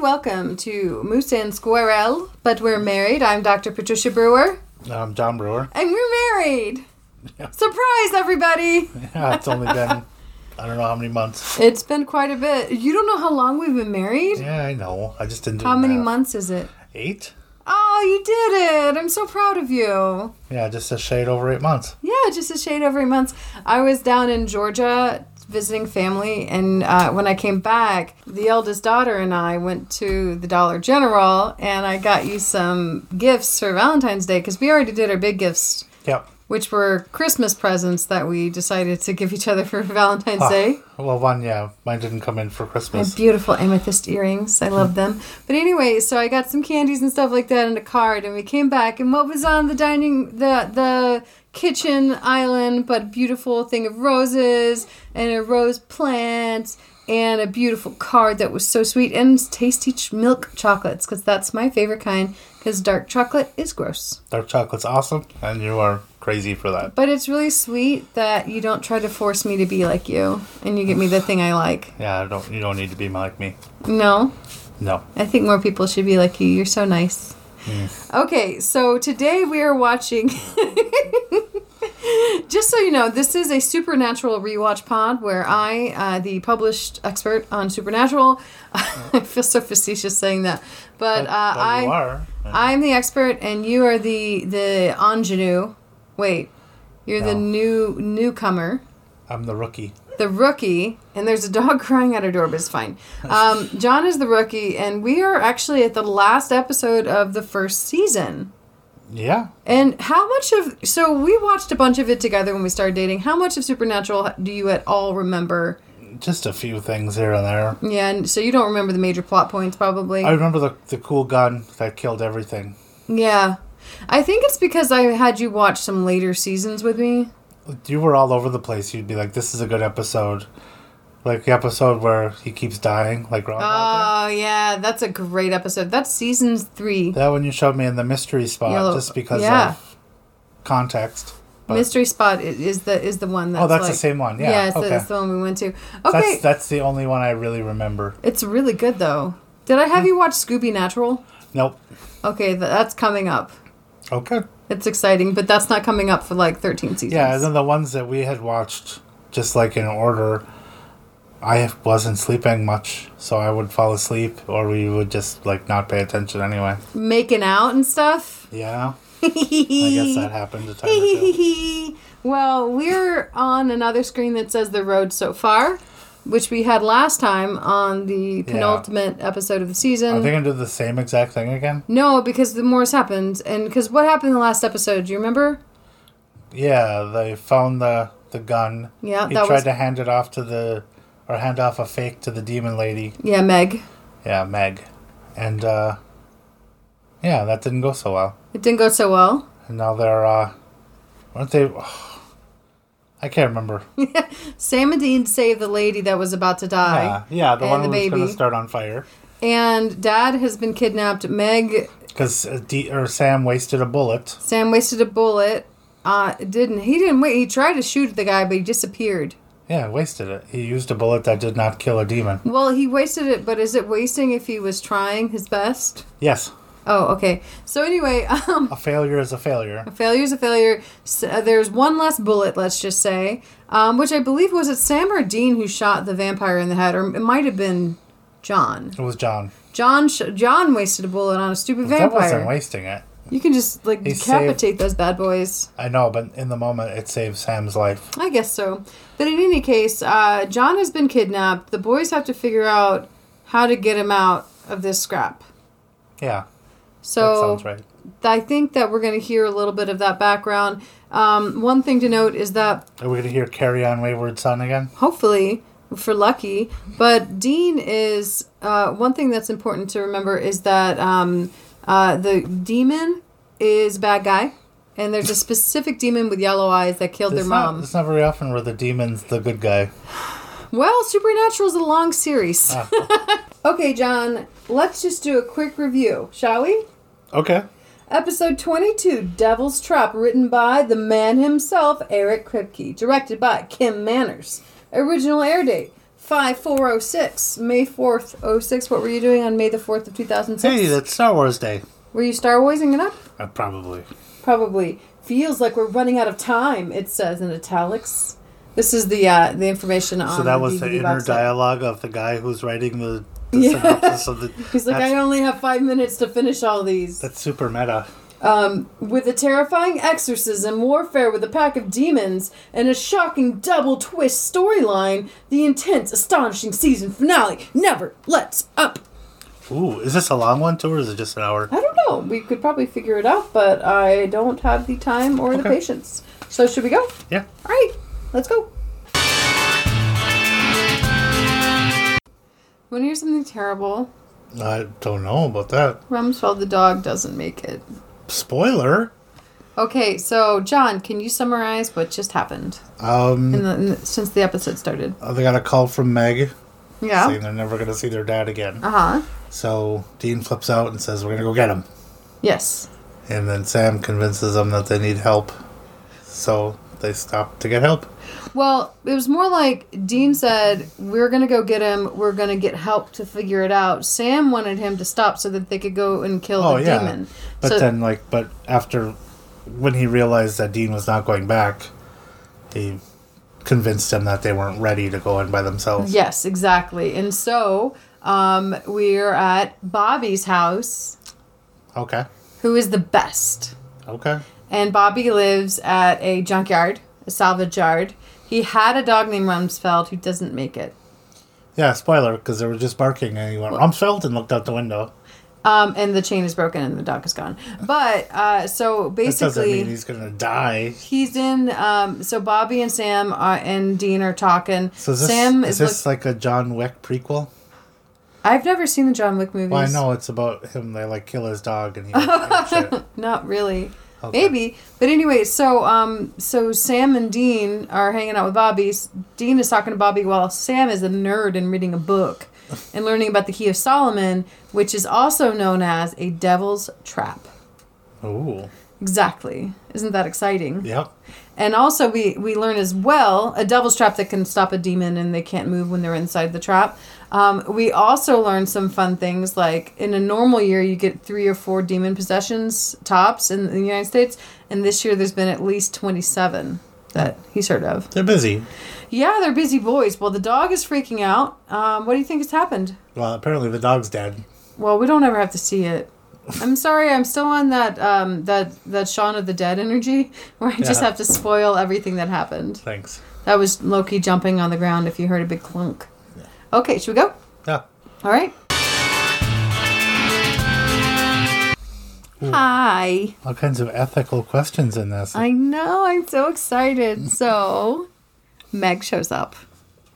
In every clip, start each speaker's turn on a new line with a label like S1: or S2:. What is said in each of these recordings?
S1: welcome to Moose and Squirrel, but we're married. I'm Dr. Patricia Brewer,
S2: I'm John Um, Brewer.
S1: and we're married. Surprise, everybody!
S2: it's only been I don't know how many months.
S1: It's been quite a bit. You don't know how long we've been married?
S2: Yeah, I know. I just didn't. Do
S1: How
S2: the
S1: many
S2: math.
S1: months is it?
S2: Eight.
S1: Oh, you did it! I'm so proud of you.
S2: Yeah, just a shade over eight months.
S1: Yeah, just a shade over eight months. I was down in Georgia visiting family, and uh, when I came back, the eldest daughter and I went to the Dollar General, and I got you some gifts for Valentine's Day because we already did our big gifts,
S2: Yep.
S1: which were Christmas presents that we decided to give each other for Valentine's Day.
S2: Ah, well, one, yeah, mine didn't come in for
S1: My
S2: Christmas.
S1: beautiful amethyst earrings. I love them. But anyway, so I got some candies and stuff like that and a card, and we came back, and what was on the dining, the the kitchen island, but beautiful thing of roses and a rose plant and a beautiful card that was so sweet and tasty ch- milk chocolates because that's my favorite kind because dark chocolate is gross.
S2: Dark chocolate's awesome, and you are crazy for that.
S1: But it's really sweet that you don't try to force me to be like you and you get me the thing I like.
S2: Yeah, I don't. You don't need to be like me.
S1: No,
S2: No.
S1: I think more people should be like you. You're so nice. Okay, so today we are watching. Just so you know, this is a supernatural rewatch pod where I, uh, the published expert on supernatural, I feel so facetious saying that, but, uh, I,
S2: you are.
S1: I'm the expert and you are the the ingenue. Wait, you're the
S2: No.
S1: new newcomer
S2: I'm the rookie.
S1: the rookie, and there's a dog crying at her door, but it's fine. Um, John is the rookie, and we are actually at the last episode of the first season.
S2: Yeah.
S1: And how much of so we watched a bunch of it together when we started dating. How much of Supernatural do you at all remember?
S2: Just a few things here and there.
S1: Yeah, and so you don't remember the major plot points, probably.
S2: I remember the the cool gun that killed everything.
S1: yeah, I think it's because I had you watch some later seasons with me.
S2: you were all over the place. You'd be like, "This is a good episode," like the episode where he keeps dying, like Groundhog Day.
S1: Oh yeah, that's a great episode. That's season three.
S2: That one you showed me in the mystery spot,
S1: Yellow-
S2: just because
S1: yeah.
S2: of context. But
S1: Mystery Spot i- is the is the one that's
S2: oh, that's
S1: like,
S2: the same one. Yeah,
S1: Yeah, it's,
S2: okay.
S1: the, it's the one we went to. Okay,
S2: that's that's the only one I really remember.
S1: it's really good though. Did I have you watch Scooby Natural?
S2: Nope.
S1: Okay, th- that's coming up.
S2: Okay.
S1: It's exciting, but that's not coming up for like 13 seasons.
S2: Yeah, and then the ones that we had watched, just like in order, I wasn't sleeping much, so I would fall asleep, or we would just like not pay attention anyway.
S1: making out and stuff.
S2: Yeah,
S1: I
S2: I
S1: guess
S2: guess that happened a time or two.
S1: happened. well, we're on another screen that says the road so far, which we had last time on the penultimate episode of the season.
S2: Are they gonna do the same exact thing again?
S1: no, because the Morris happened, and because what happened in the last episode? Do you remember?
S2: Yeah, they found the the gun.
S1: Yeah,
S2: he
S1: that
S2: tried
S1: was-
S2: to hand it off to the, or hand off a fake to the demon lady.
S1: Yeah, Meg.
S2: Yeah, Meg, and uh, yeah, that didn't go so well.
S1: It didn't go so well.
S2: And now they're, uh, aren't they? I can't remember.
S1: Sam and Dean saved the lady that was about to die.
S2: Yeah, Ah, yeah, the
S1: And
S2: one
S1: the
S2: who was gonna
S1: baby.
S2: start on fire
S1: And Dad has been kidnapped. Meg,
S2: because uh, D- or Sam wasted a bullet.
S1: Sam wasted a bullet. Uh, didn't he? Didn't wait. He tried to shoot the guy, but he disappeared.
S2: Yeah, wasted it. He used a bullet that did not kill a demon.
S1: Well, he wasted it, but is it wasting if he was trying his best?
S2: Yes,
S1: Oh, okay. So anyway, um,
S2: a failure is a failure.
S1: failure's a failure. S uh, there's one last bullet, let's just say, um, which I believe was it Sam or Dean who shot the vampire in the head, or it might have been John.
S2: It was John.
S1: John sh- John wasted a bullet on a stupid
S2: That
S1: vampire.
S2: wasn't wasting it.
S1: You can just like
S2: He
S1: decapitate those bad boys.
S2: I know, but in the moment, it saved Sam's life.
S1: I guess so. But in any case, uh, John has been kidnapped. The boys have to figure out how to get him out of this scrap.
S2: Yeah, that
S1: So
S2: sounds right.
S1: I think that we're going to hear a little bit of that background. Um, one thing to note is that
S2: Are we going to hear Carry On Wayward Son again?
S1: hopefully, for Lucky, but Dean is uh, one thing that's important to remember is that um, uh, the demon is bad guy. And there's a specific demon with yellow eyes that killed
S2: It's
S1: their
S2: not,
S1: mom.
S2: it's not very often where the demon's the good guy.
S1: Well, Supernatural is a long series.
S2: Ah.
S1: okay, John, let's just do a quick review, shall we?
S2: Okay.
S1: Episode 22 Devil's Trap, written by the man himself, Eric Kripke, directed by Kim Manners. Original air date 5406, May 4th, 06. What were you doing on May the 4th of 2006?
S2: Hey, that's Star Wars Day.
S1: Were you Star Warsing it up?
S2: Uh, probably.
S1: Probably. Feels like we're running out of time, it says in italics. This is the uh, the information on
S2: So that was the
S1: DVD
S2: inner
S1: box set.
S2: dialogue of the guy who's writing the, the
S1: Yeah.
S2: synopsis of the.
S1: He's like,
S2: that's,
S1: I only have five minutes to finish all these.
S2: that's super meta.
S1: Um, with a terrifying exorcism, warfare with a pack of demons, and a shocking double twist storyline, the intense, astonishing season finale never lets up.
S2: Ooh, is this a long one too, or is it just an hour?
S1: I don't know. We could probably figure it out, but I don't have the time or the
S2: Okay.
S1: patience. So should we go? All
S2: Yeah.
S1: right, let's go. Want to hear something terrible?
S2: I don't know about that.
S1: Rumsfeld the dog doesn't make it.
S2: Spoiler.
S1: Okay, so John, can you summarize what just happened in
S2: Um,
S1: the, in the, since the episode started?
S2: oh, they got a call from Meg saying
S1: Yeah.
S2: they're never going to see their dad again.
S1: Uh huh.
S2: So Dean flips out and says, "We're going to go get him."
S1: Yes.
S2: And then Sam convinces them that they need help. So they stop to get help.
S1: Well, it was more like Dean said, "We're gonna go get him. We're gonna get help to figure it out." Sam wanted him to stop so that they could go and kill
S2: Oh,
S1: the
S2: yeah.
S1: demon.
S2: But
S1: so,
S2: then, like, but after when he realized that Dean was not going back, he convinced him that they weren't ready to go in by themselves.
S1: yes, exactly. And so um, we're at Bobby's house,
S2: Okay.
S1: who is the best.
S2: Okay.
S1: And Bobby lives at a junkyard, a salvage yard. He had a dog named Rumsfeld who doesn't make it.
S2: Yeah, spoiler, because they were just barking and he went, Rumsfeld, and looked out the window.
S1: Um, and the chain is broken and the dog is gone. But uh, so
S2: That doesn't
S1: basically,
S2: mean he's going to die.
S1: he's in. Um, so Bobby and Sam are, and Dean are talking.
S2: So is this,
S1: Sam
S2: is
S1: is.
S2: this
S1: look-
S2: like a John Wick prequel?
S1: I've never seen the John Wick movies.
S2: Well, I know it's about him. They like kill his dog and he. like, shit.
S1: Not really.
S2: Okay.
S1: Maybe, but anyway, so um, so Sam and Dean are hanging out with Bobby. S- Dean is talking to Bobby while Sam is a nerd and reading a book and learning about the Key of Solomon, which is also known as a devil's trap.
S2: Ooh.
S1: Exactly. Isn't that exciting?
S2: Yep.
S1: And also, we we learn as well a devil's trap that can stop a demon and they can't move when they're inside the trap. Um, we also learn some fun things like in a normal year you get three or four demon possessions tops in the United States, and this year there's been at least twenty seven that he's heard of.
S2: They're busy.
S1: Yeah, they're busy boys. Well, the dog is freaking out. Um, what do you think has happened?
S2: Well, apparently the dog's dead.
S1: Well, we don't ever have to see it. I'm sorry, I'm still on that um, that that Shaun of the Dead energy where I just
S2: Yeah.
S1: have to spoil everything that happened.
S2: Thanks.
S1: That was Loki jumping on the ground if you heard a big clunk. Okay, should we go?
S2: Yeah.
S1: All right. Hi.
S2: All kinds of ethical questions in this.
S1: I know, I'm so excited. So, Meg shows up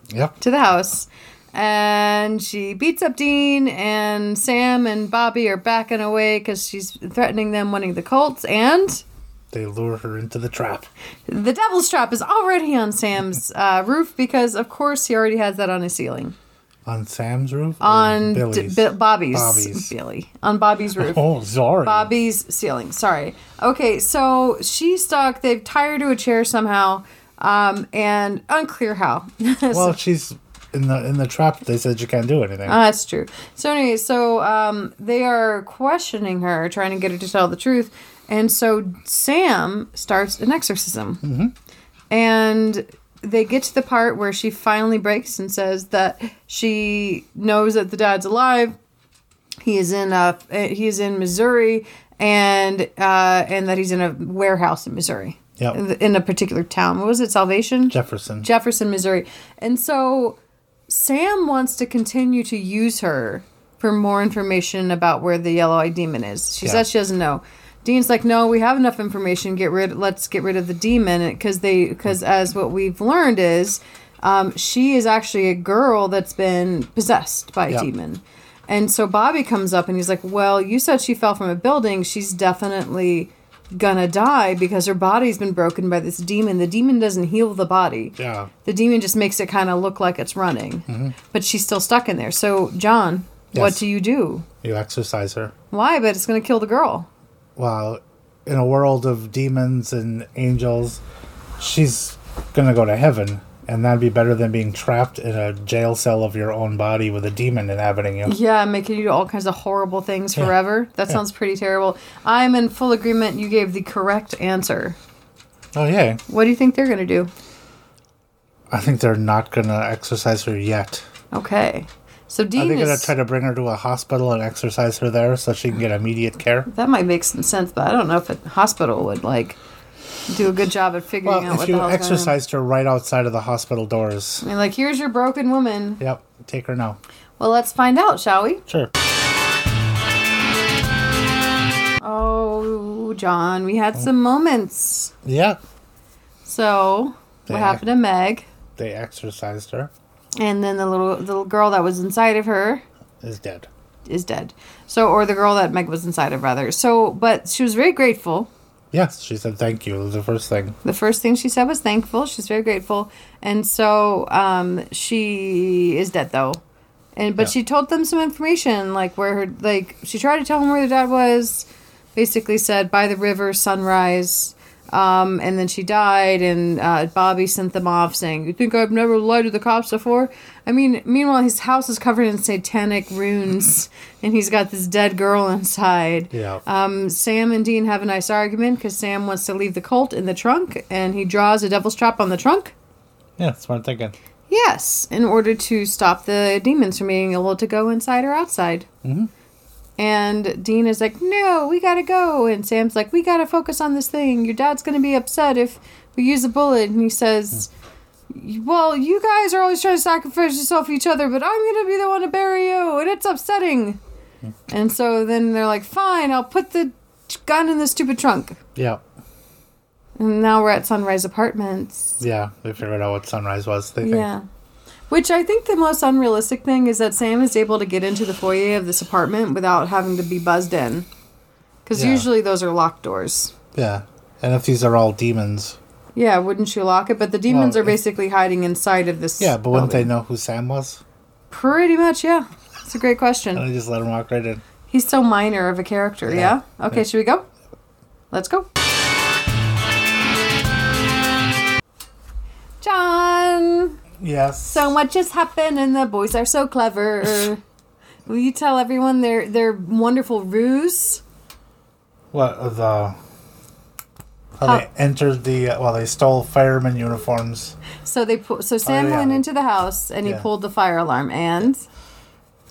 S2: yep.
S1: to the house and she beats up Dean, and Sam and Bobby are backing away because she's threatening them wanting the Colts. And
S2: They lure her into the trap.
S1: the Devil's Trap is already on Sam's uh, roof because, of course, he already has that on his ceiling.
S2: On Sam's roof? or
S1: on D-
S2: Billy's?
S1: Bi- Bobby's,
S2: Bobby's.
S1: Billy on Bobby's roof.
S2: oh, sorry.
S1: Bobby's ceiling. Sorry. Okay, so she's stuck. They've tied her to a chair somehow, um, and unclear how. So-
S2: Well, she's in the in the trap. They said you can't do anything.
S1: Ah, that's true. So anyway, so um, they are questioning her, trying to get her to tell the truth, and so Sam starts an exorcism, mm-hmm. and they get to the part where she finally breaks and says that she knows that the dad's alive. He is in uh he is in Missouri, and uh, and that he's in a warehouse in Missouri.
S2: Yep.
S1: In- In a particular town. What was it? Salvation.
S2: Jefferson.
S1: Jefferson, Missouri. And so Sam wants to continue to use her for more information about where the yellow eyed demon is. She
S2: Yeah.
S1: says she doesn't know. Dean's like, no, we have enough information. Get rid. Let's get rid of the demon because they because as what we've learned is, um, she is actually a girl that's been possessed by
S2: Yeah.
S1: a demon. And so Bobby comes up and he's like, "Well, you said she fell from a building. She's definitely gonna die because her body's been broken by this demon. The demon doesn't heal the body.
S2: yeah.
S1: The demon just makes it kind of look like it's running, but she's still stuck in there. So, John, what
S2: Mm-hmm. Yes.
S1: do you do?
S2: You exercise her.
S1: Why? But it's going to kill the girl.
S2: Well, in a world of demons and angels, she's gonna go to heaven. and that'd be better than being trapped in a jail cell of your own body with a demon inhabiting you.
S1: Yeah, making you do all kinds of horrible things
S2: Yeah.
S1: forever. That
S2: Yeah.
S1: sounds pretty terrible. I'm in full agreement. You gave the correct answer.
S2: Oh yeah,
S1: What do you think they're going to do?
S2: I think they're not gonna exercise her yet.
S1: Okay. So
S2: Are
S1: Dean
S2: they gonna
S1: is-
S2: try to bring her to a hospital and exercise her there so she can get immediate care?
S1: that might make some sense, but I don't know if a hospital would like do a good job at figuring out
S2: Well, if
S1: what the
S2: you
S1: hell's going on.
S2: exercised her right outside of the hospital doors.
S1: I mean, like, here's your broken woman.
S2: Yep, take her now.
S1: Well, let's find out, shall we?
S2: Sure.
S1: Oh, John, we had some moments.
S2: Yeah,
S1: So, what
S2: Yeah.
S1: happened to Meg?
S2: they exercised her.
S1: And then the little the little girl that was inside of her
S2: Is dead.
S1: is dead. So, or the girl that Meg was inside of, rather. So, but she was very grateful.
S2: Yes, she said thank you. The first thing.
S1: The first thing she said was thankful. She's very grateful, and so um, she is dead though. And but
S2: Yeah.
S1: she told them some information, like where her like she tried to tell them where their dad was. Basically said by the river, sunrise. Um, and then she died, and uh, Bobby sent them off saying, "You think I've never lied to the cops before?" I mean, meanwhile his house is covered in satanic runes, and he's got this dead girl inside.
S2: Yeah.
S1: Um, Sam and Dean have a nice argument because Sam wants to leave the Colt in the trunk, and he draws a devil's trap on the trunk.
S2: yeah, smart thinking.
S1: Yes, in order to stop the demons from being able to go inside or outside. Mm-hmm. And Dean is like, "No, we gotta go," and Sam's like, "We gotta focus on this thing. Your dad's gonna be upset if we use a bullet." And he says. Well, you guys are always trying to sacrifice yourself for each other, but I'm gonna be the one to bury you, and it's upsetting. And so then they're like, fine, I'll put the gun in the stupid trunk.
S2: Yeah,
S1: And now we're at Sunrise Apartments.
S2: yeah. They figured out what sunrise was. They think.
S1: Yeah. Which I think the most unrealistic thing is that Sam is able to get into the foyer of this apartment without having to be buzzed in. Because
S2: Yeah.
S1: usually those are locked doors.
S2: Yeah. And if these are all demons.
S1: Yeah, wouldn't you lock it? But the demons
S2: Well,
S1: are
S2: if-
S1: basically hiding inside of this.
S2: Yeah, but wouldn't they
S1: building.
S2: know who Sam was?
S1: Pretty much, yeah. It's a great question.
S2: And they just let him walk right in.
S1: He's so minor of a character, yeah?
S2: Uh, Yeah.
S1: Okay, should we go? Let's go. John!
S2: Yes.
S1: So much has happened and the boys are so clever. Will you tell everyone their their wonderful ruse?
S2: What of the? How
S1: How-
S2: they entered the? uh, Well, they stole fireman uniforms,
S1: So they pu- so Sam
S2: Oh, yeah.
S1: went into the house and he
S2: Yeah.
S1: pulled the fire alarm and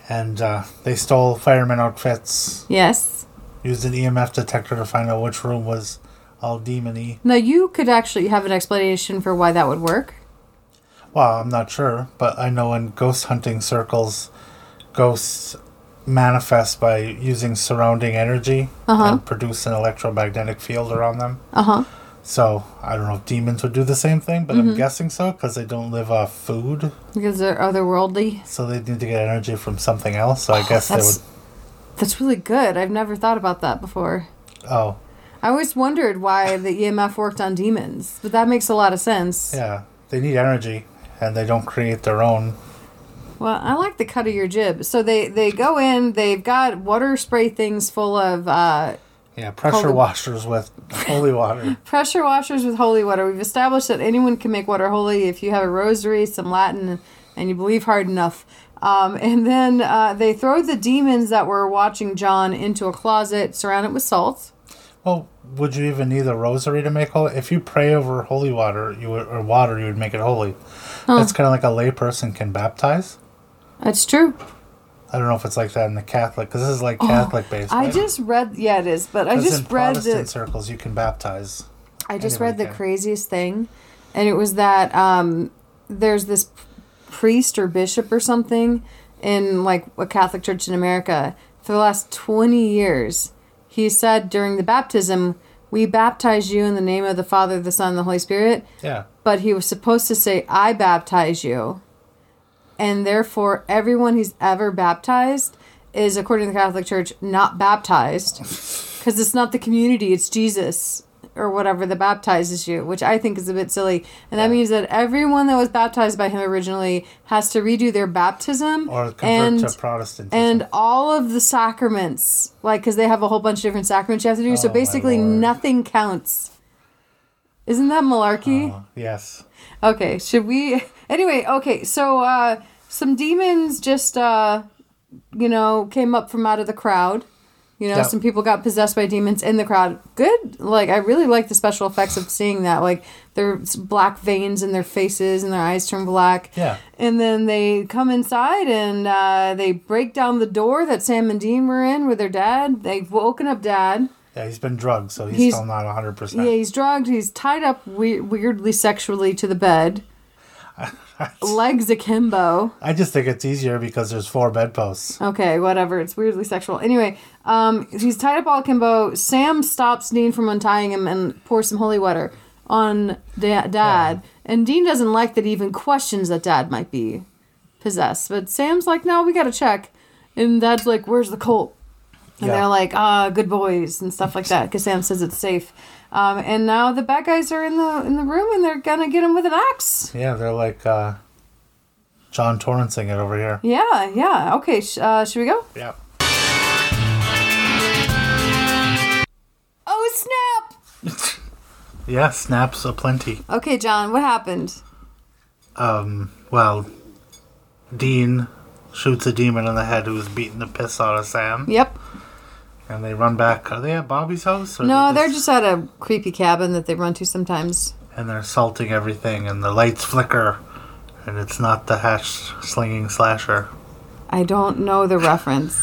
S2: and uh, they stole fireman outfits.
S1: yes.
S2: Used an EMF detector to find out which room was all demony.
S1: Now you could actually have an explanation for why that would work.
S2: Well, I'm not sure, but I know in ghost hunting circles, ghosts manifest by using surrounding energy and produce an electromagnetic field around them.
S1: Uh-huh.
S2: So I don't know if demons would do the same thing, but I'm guessing so because they don't live off food,
S1: Because they're otherworldly.
S2: so they need to get energy from something else. So I guess they
S1: Oh, that's-
S2: would.
S1: That's really good. I've never thought about that before.
S2: Oh,
S1: I always wondered why the EMF worked on demons, but that makes a lot of sense.
S2: yeah, they need energy, and they don't create their own.
S1: Well, I like the cut of your jib. So they they go in. They've got water spray things full of uh,
S2: Yeah, pressure
S1: Holy-
S2: washers with holy water.
S1: pressure washers with holy water. We've established that anyone can make water holy if you have a rosary, some Latin, and you believe hard enough. Um, and then uh, they throw the demons that were watching John into a closet, surround it with salt.
S2: Well, would you even need a rosary to make holy? If you pray over holy water, you would, or water, you would make it holy. That's kind of like a layperson can baptize.
S1: That's true.
S2: I don't know if it's like that in the Catholic, because this is like Catholic based.
S1: Oh, I
S2: right?
S1: just read. Yeah, it is. But I
S2: 'Cause
S1: just
S2: in
S1: read
S2: Protestant
S1: the.
S2: circles you can baptize.
S1: I just
S2: Anybody
S1: read the
S2: can.
S1: craziest thing, and it was that um, there's this priest or bishop or something in like a Catholic church in America for the last 20 years. He said during the baptism, "We baptize you in the name of the Father, the Son, and the Holy Spirit,"
S2: Yeah.
S1: but he was supposed to say, "I baptize you," and therefore everyone he's ever baptized is, according to the Catholic Church, not baptized because it's not the community; it's Jesus or whatever that baptizes you, which I think is a bit silly. And that means that everyone that was baptized by him originally has to redo their baptism
S2: Or convert
S1: and
S2: to Protestantism.
S1: and all of the
S2: Oh
S1: sacraments, like because they have a whole bunch of different sacraments you have to do. so
S2: my
S1: basically,
S2: Lord.
S1: nothing counts. Isn't that malarkey?
S2: Uh, yes.
S1: Okay, should we? Anyway, okay, so uh, some demons just, uh, you know, came up from out of the crowd. You know,
S2: Yeah.
S1: some people got possessed by demons in the crowd. Good. Like, I really like the special effects of seeing that. Like, there's black veins in their faces and their eyes turn black.
S2: Yeah.
S1: And then they come inside and uh, they break down the door that Sam and Dean were in with their dad. They've woken up dad.
S2: Yeah, he's been drugged, so he's,
S1: He's-
S2: still not 100%.
S1: Yeah, he's drugged. He's tied up we- weirdly sexually to the bed. Legs akimbo.
S2: I just think it's easier because there's four bedposts.
S1: Okay, whatever. It's weirdly sexual. Anyway, um, he's tied up all akimbo. Sam stops Dean from untying him and pours some holy water on da- dad. And Dean doesn't like that he even questions that dad might be possessed. But Sam's like, no, we got to check. And dad's like, where's the Colt? And
S2: Yeah.
S1: they're like, ah, good boys and stuff like that. Because Sam says it's safe. Um, and now the bad guys are in the in the room and they're gonna get him with an axe.
S2: Yeah, they're like uh, John Torrancing it over here.
S1: Yeah, yeah. Okay, sh- uh, should we go?
S2: Yeah.
S1: Oh snap!
S2: Yeah, snaps aplenty.
S1: Okay, John, what happened?
S2: Um, well, Dean shoots a demon in the head who's beating the piss out of Sam,
S1: Yep.
S2: and they run back. Are they at Bobby's house? Or
S1: No, they're just at a creepy cabin that they run to sometimes.
S2: And they're assaulting everything, and the lights flicker, and it's not the hatch slinging slasher.
S1: I don't know the reference.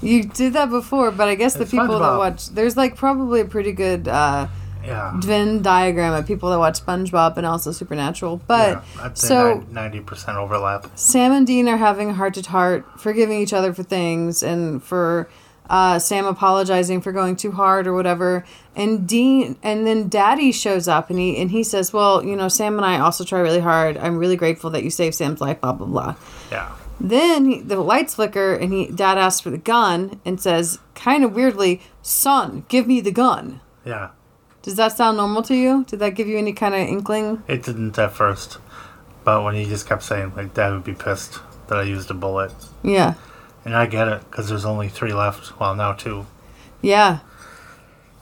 S1: You did that before, but I guess the
S2: It's
S1: people that
S2: SpongeBob.
S1: watch there's like probably a pretty good uh,
S2: Yeah.
S1: Venn diagram of people that watch SpongeBob and also Supernatural. But
S2: yeah, I'd say
S1: so
S2: 90% overlap.
S1: Sam and Dean are having heart to heart, forgiving each other for things and for uh, Sam apologizing for going too hard or whatever. And Dean and then Daddy shows up and he and he says, "Well, you know, Sam and I also try really hard. I'm really grateful that you saved Sam's life." Blah blah blah.
S2: Yeah.
S1: Then he, the lights flicker and he Dad asks for the gun and says, kind of weirdly, "Son, give me the gun."
S2: Yeah.
S1: Does that sound normal to you? Did that give you any kind of inkling?
S2: It didn't at first, but when he just kept saying, like, Dad would be pissed that I used a bullet.
S1: Yeah,
S2: And I get it, because there's only three left. Well, now two.
S1: yeah.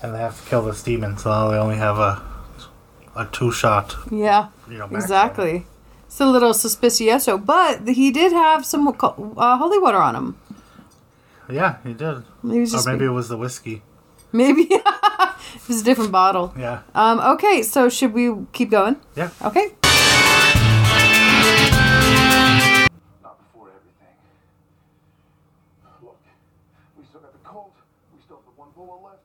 S2: And they have to kill this demon, so now they only have a a two shot,
S1: Yeah,
S2: You know, back
S1: exactly. It's a little suspicioso, but he did have some uh, holy water on him.
S2: Yeah, he did.
S1: He was just
S2: or Oh, maybe it was the whiskey.
S1: maybe it was a different bottle.
S2: Yeah.
S1: Um, okay, so should we keep going?
S2: Yeah.
S1: Okay.
S3: Not before everything. Look, we still got the Colt. We still have the one bullet left.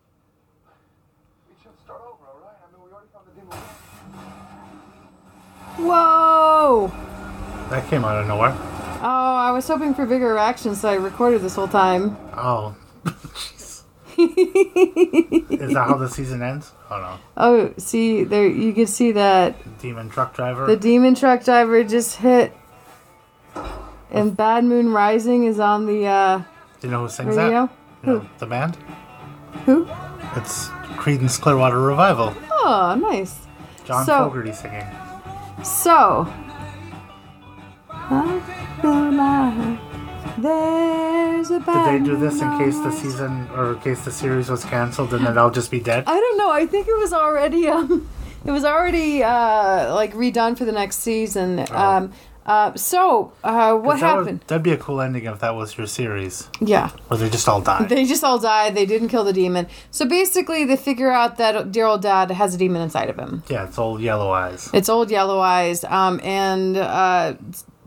S3: We should start over, all right? I mean, we already found the demon.
S1: Whoa!
S2: That came out of nowhere.
S1: Oh, I was hoping for bigger reactions, so I recorded this whole time.
S2: Oh. Jeez. Is that how the season ends? Oh
S1: Oh, see there, you can see that
S2: no. Demon truck driver.
S1: the demon truck driver just hit, and Bad Moon Rising is on the uh,
S2: Do you know who sings
S1: radio. Hmm.
S2: that? No, the band?
S1: Who?
S2: It's Creedence Clearwater Revival.
S1: Oh, nice.
S2: John
S1: So-
S2: Fogerty singing.
S1: So, there's a
S2: Did they do this in
S1: Oh,
S2: case the season or in case the series was canceled and then I'll just be dead?
S1: I don't know. I think it was already um, it was already uh like redone for the next season. Um, uh, so uh, what
S2: Oh. That would-
S1: happened?
S2: that'd be a cool ending if that was your series,
S1: yeah,
S2: or they just all die.
S1: they just all died. They didn't kill the demon. So basically, they figure out that dear old dad has a demon inside of him.
S2: yeah, it's old yellow eyes.
S1: It's old yellow eyes, um, and uh,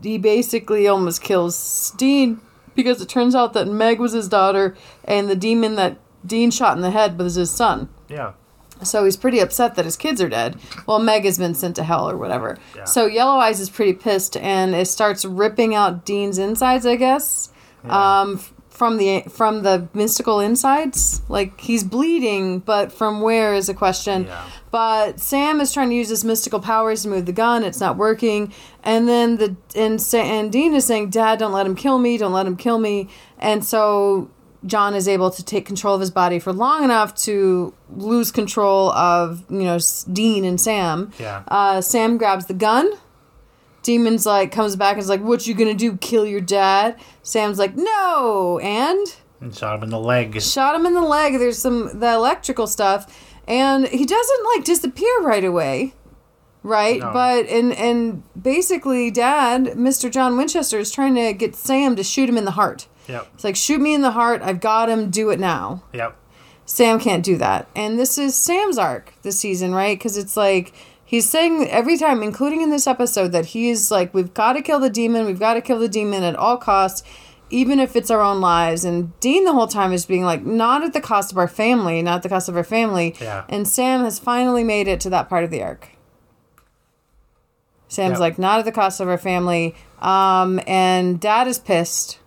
S1: he basically almost kills Dean because it turns out that Meg was his daughter, and the demon that Dean shot in the head was his son.
S2: Yeah,
S1: So he's pretty upset that his kids are dead. Well, Meg has been sent to hell or whatever.
S2: Yeah.
S1: So Yellow Eyes is pretty pissed, and it starts ripping out Dean's insides, I guess, um, f- from the from the mystical insides. Like he's bleeding, but from where is a question.
S2: Yeah.
S1: But Sam is trying to use his mystical powers to move the gun. It's not working. And then the and Sa- and Dean is saying, "Dad, don't let him kill me. Don't let him kill me." And so John is able to take control of his body for long enough to lose control of you know S- Dean and Sam.
S2: Yeah.
S1: Uh, Sam grabs the gun. Demon's like comes back and is like, "What you gonna do? Kill your dad?" Sam's like, "No." And
S2: and shot him in the leg.
S1: shot him in the leg. There's some the electrical stuff, and he doesn't like disappear right away right
S2: No.
S1: but and and basically dad mr john winchester is trying to get sam to shoot him in the heart
S2: Yep.
S1: it's like shoot me in the heart i've got him do it now
S2: Yep.
S1: Sam can't do that. And this is Sam's arc this season, right? Because it's like he's saying every time, including in this episode, that he's like, we've got to kill the demon. We've got to kill the demon at all costs, even if it's our own lives. And Dean the whole time is being like, not at the cost of our family, not at the cost of our family.
S2: Yeah.
S1: And Sam has finally made it to that part of the arc. Sam's
S2: Yep.
S1: like, not at the cost of our family. Um, and dad is pissed.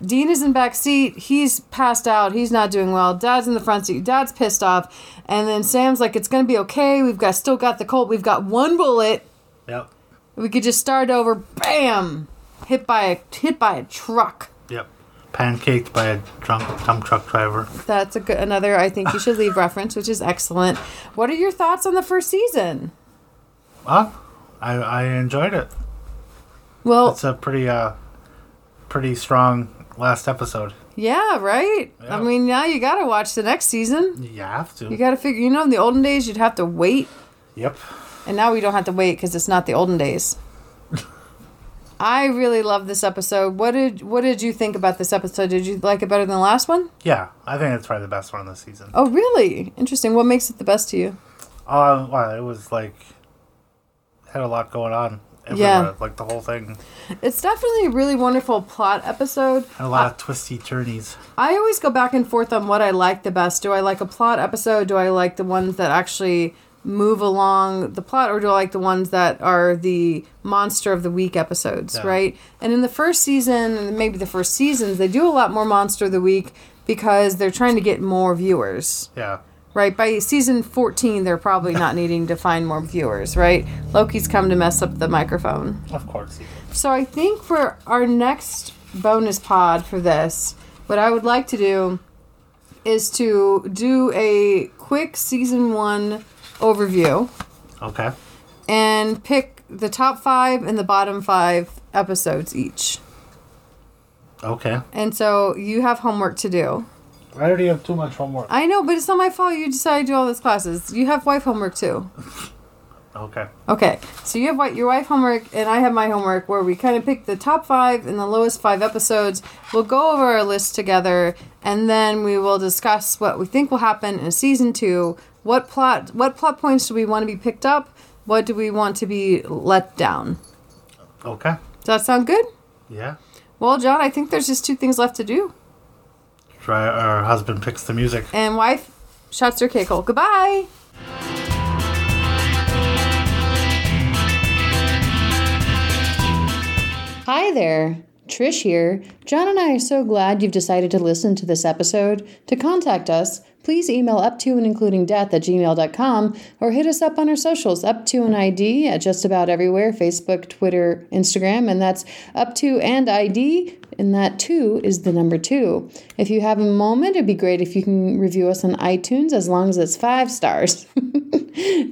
S1: Dean is in back seat. He's passed out. He's not doing well. Dad's in the front seat. Dad's pissed off. And then Sam's like, "It's gonna be okay. We've got still got the Colt. We've got one bullet.
S2: Yep.
S1: We could just start over. Bam! Hit by a hit by a truck.
S2: Yep. Pancaked by a drunk dump truck driver.
S1: That's a good another. I think you should leave reference, which is excellent. What are your thoughts on the first season?
S2: Ah, I I enjoyed it.
S1: Well,
S2: It's a pretty uh, pretty strong last episode.
S1: yeah, right. I
S2: Yeah.
S1: mean, now you gotta watch the next season.
S2: You have to.
S1: You gotta figure. You know, in the olden days, you'd have to wait
S2: yep.
S1: And now we don't have to wait because it's not the olden days. I really love this episode. What did what did you think about this episode? Did you like it better than the last one?
S2: Yeah, I think it's probably the best one of the season.
S1: Oh, really? Interesting. What makes it the best to you?
S2: Uh, well, it was like had a lot going on.
S1: Yeah.
S2: everywhere, like the whole thing.
S1: It's definitely a really wonderful plot episode.
S2: And a lot of twisty turnies.
S1: I always go back and forth on what I like the best. Do I like a plot episode? Do I like the ones that actually move along the plot, or do I like the ones that are the monster of the week episodes,
S2: Yeah.
S1: right? And in the first season, and maybe the first seasons, they do a lot more monster of the week because they're trying to get more viewers,
S2: Yeah.
S1: right? By season 14, they're probably not needing to find more viewers, right? Loki's come to mess up the microphone.
S2: Of course.
S1: So I think for our next bonus pod for this, what I would like to do is to do a quick season one overview
S2: Okay.
S1: and pick the top five and the bottom five episodes each.
S2: Okay.
S1: And so you have homework to do.
S2: I already have too much homework.
S1: I know, but it's not my fault you decided to do all those classes. You have wife homework too.
S2: Okay.
S1: Okay, so you have what your wife homework, and I have my homework, where we kind of pick the top five and the lowest five episodes. We'll go over our list together, and then we will discuss what we think will happen in season two. What plot? What plot points do we want to be picked up? What do we want to be let down?
S2: Okay.
S1: Does that sound good?
S2: Yeah.
S1: Well, John, I think there's just two things left to do.
S2: Dry, our husband picks the music.
S1: And wife, shots or cackle. Goodbye. Hi there, Trish here. John and I are so glad you've decided to listen to this episode. To contact us, please email up to and including death at gmail.com or hit us up on our socials, up to an ID at just about everywhere Facebook, Twitter, Instagram, and that's up to and ID, and that two is the number two. If you have a moment, it'd be great if you can review us on iTunes as long as it's five stars.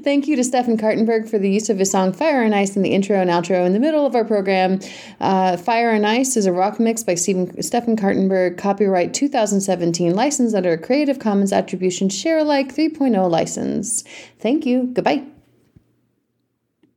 S1: Thank you to Stefan Kartenberg for the use of his song Fire and Ice in the intro and outro in the middle of our program. Uh, Fire and Ice is a rock mix by Stephen, Stefan Kartenberg, copyright 2017, licensed under a Creative Commons Attribution Share Alike 3.0 license. oh Thank you. Goodbye.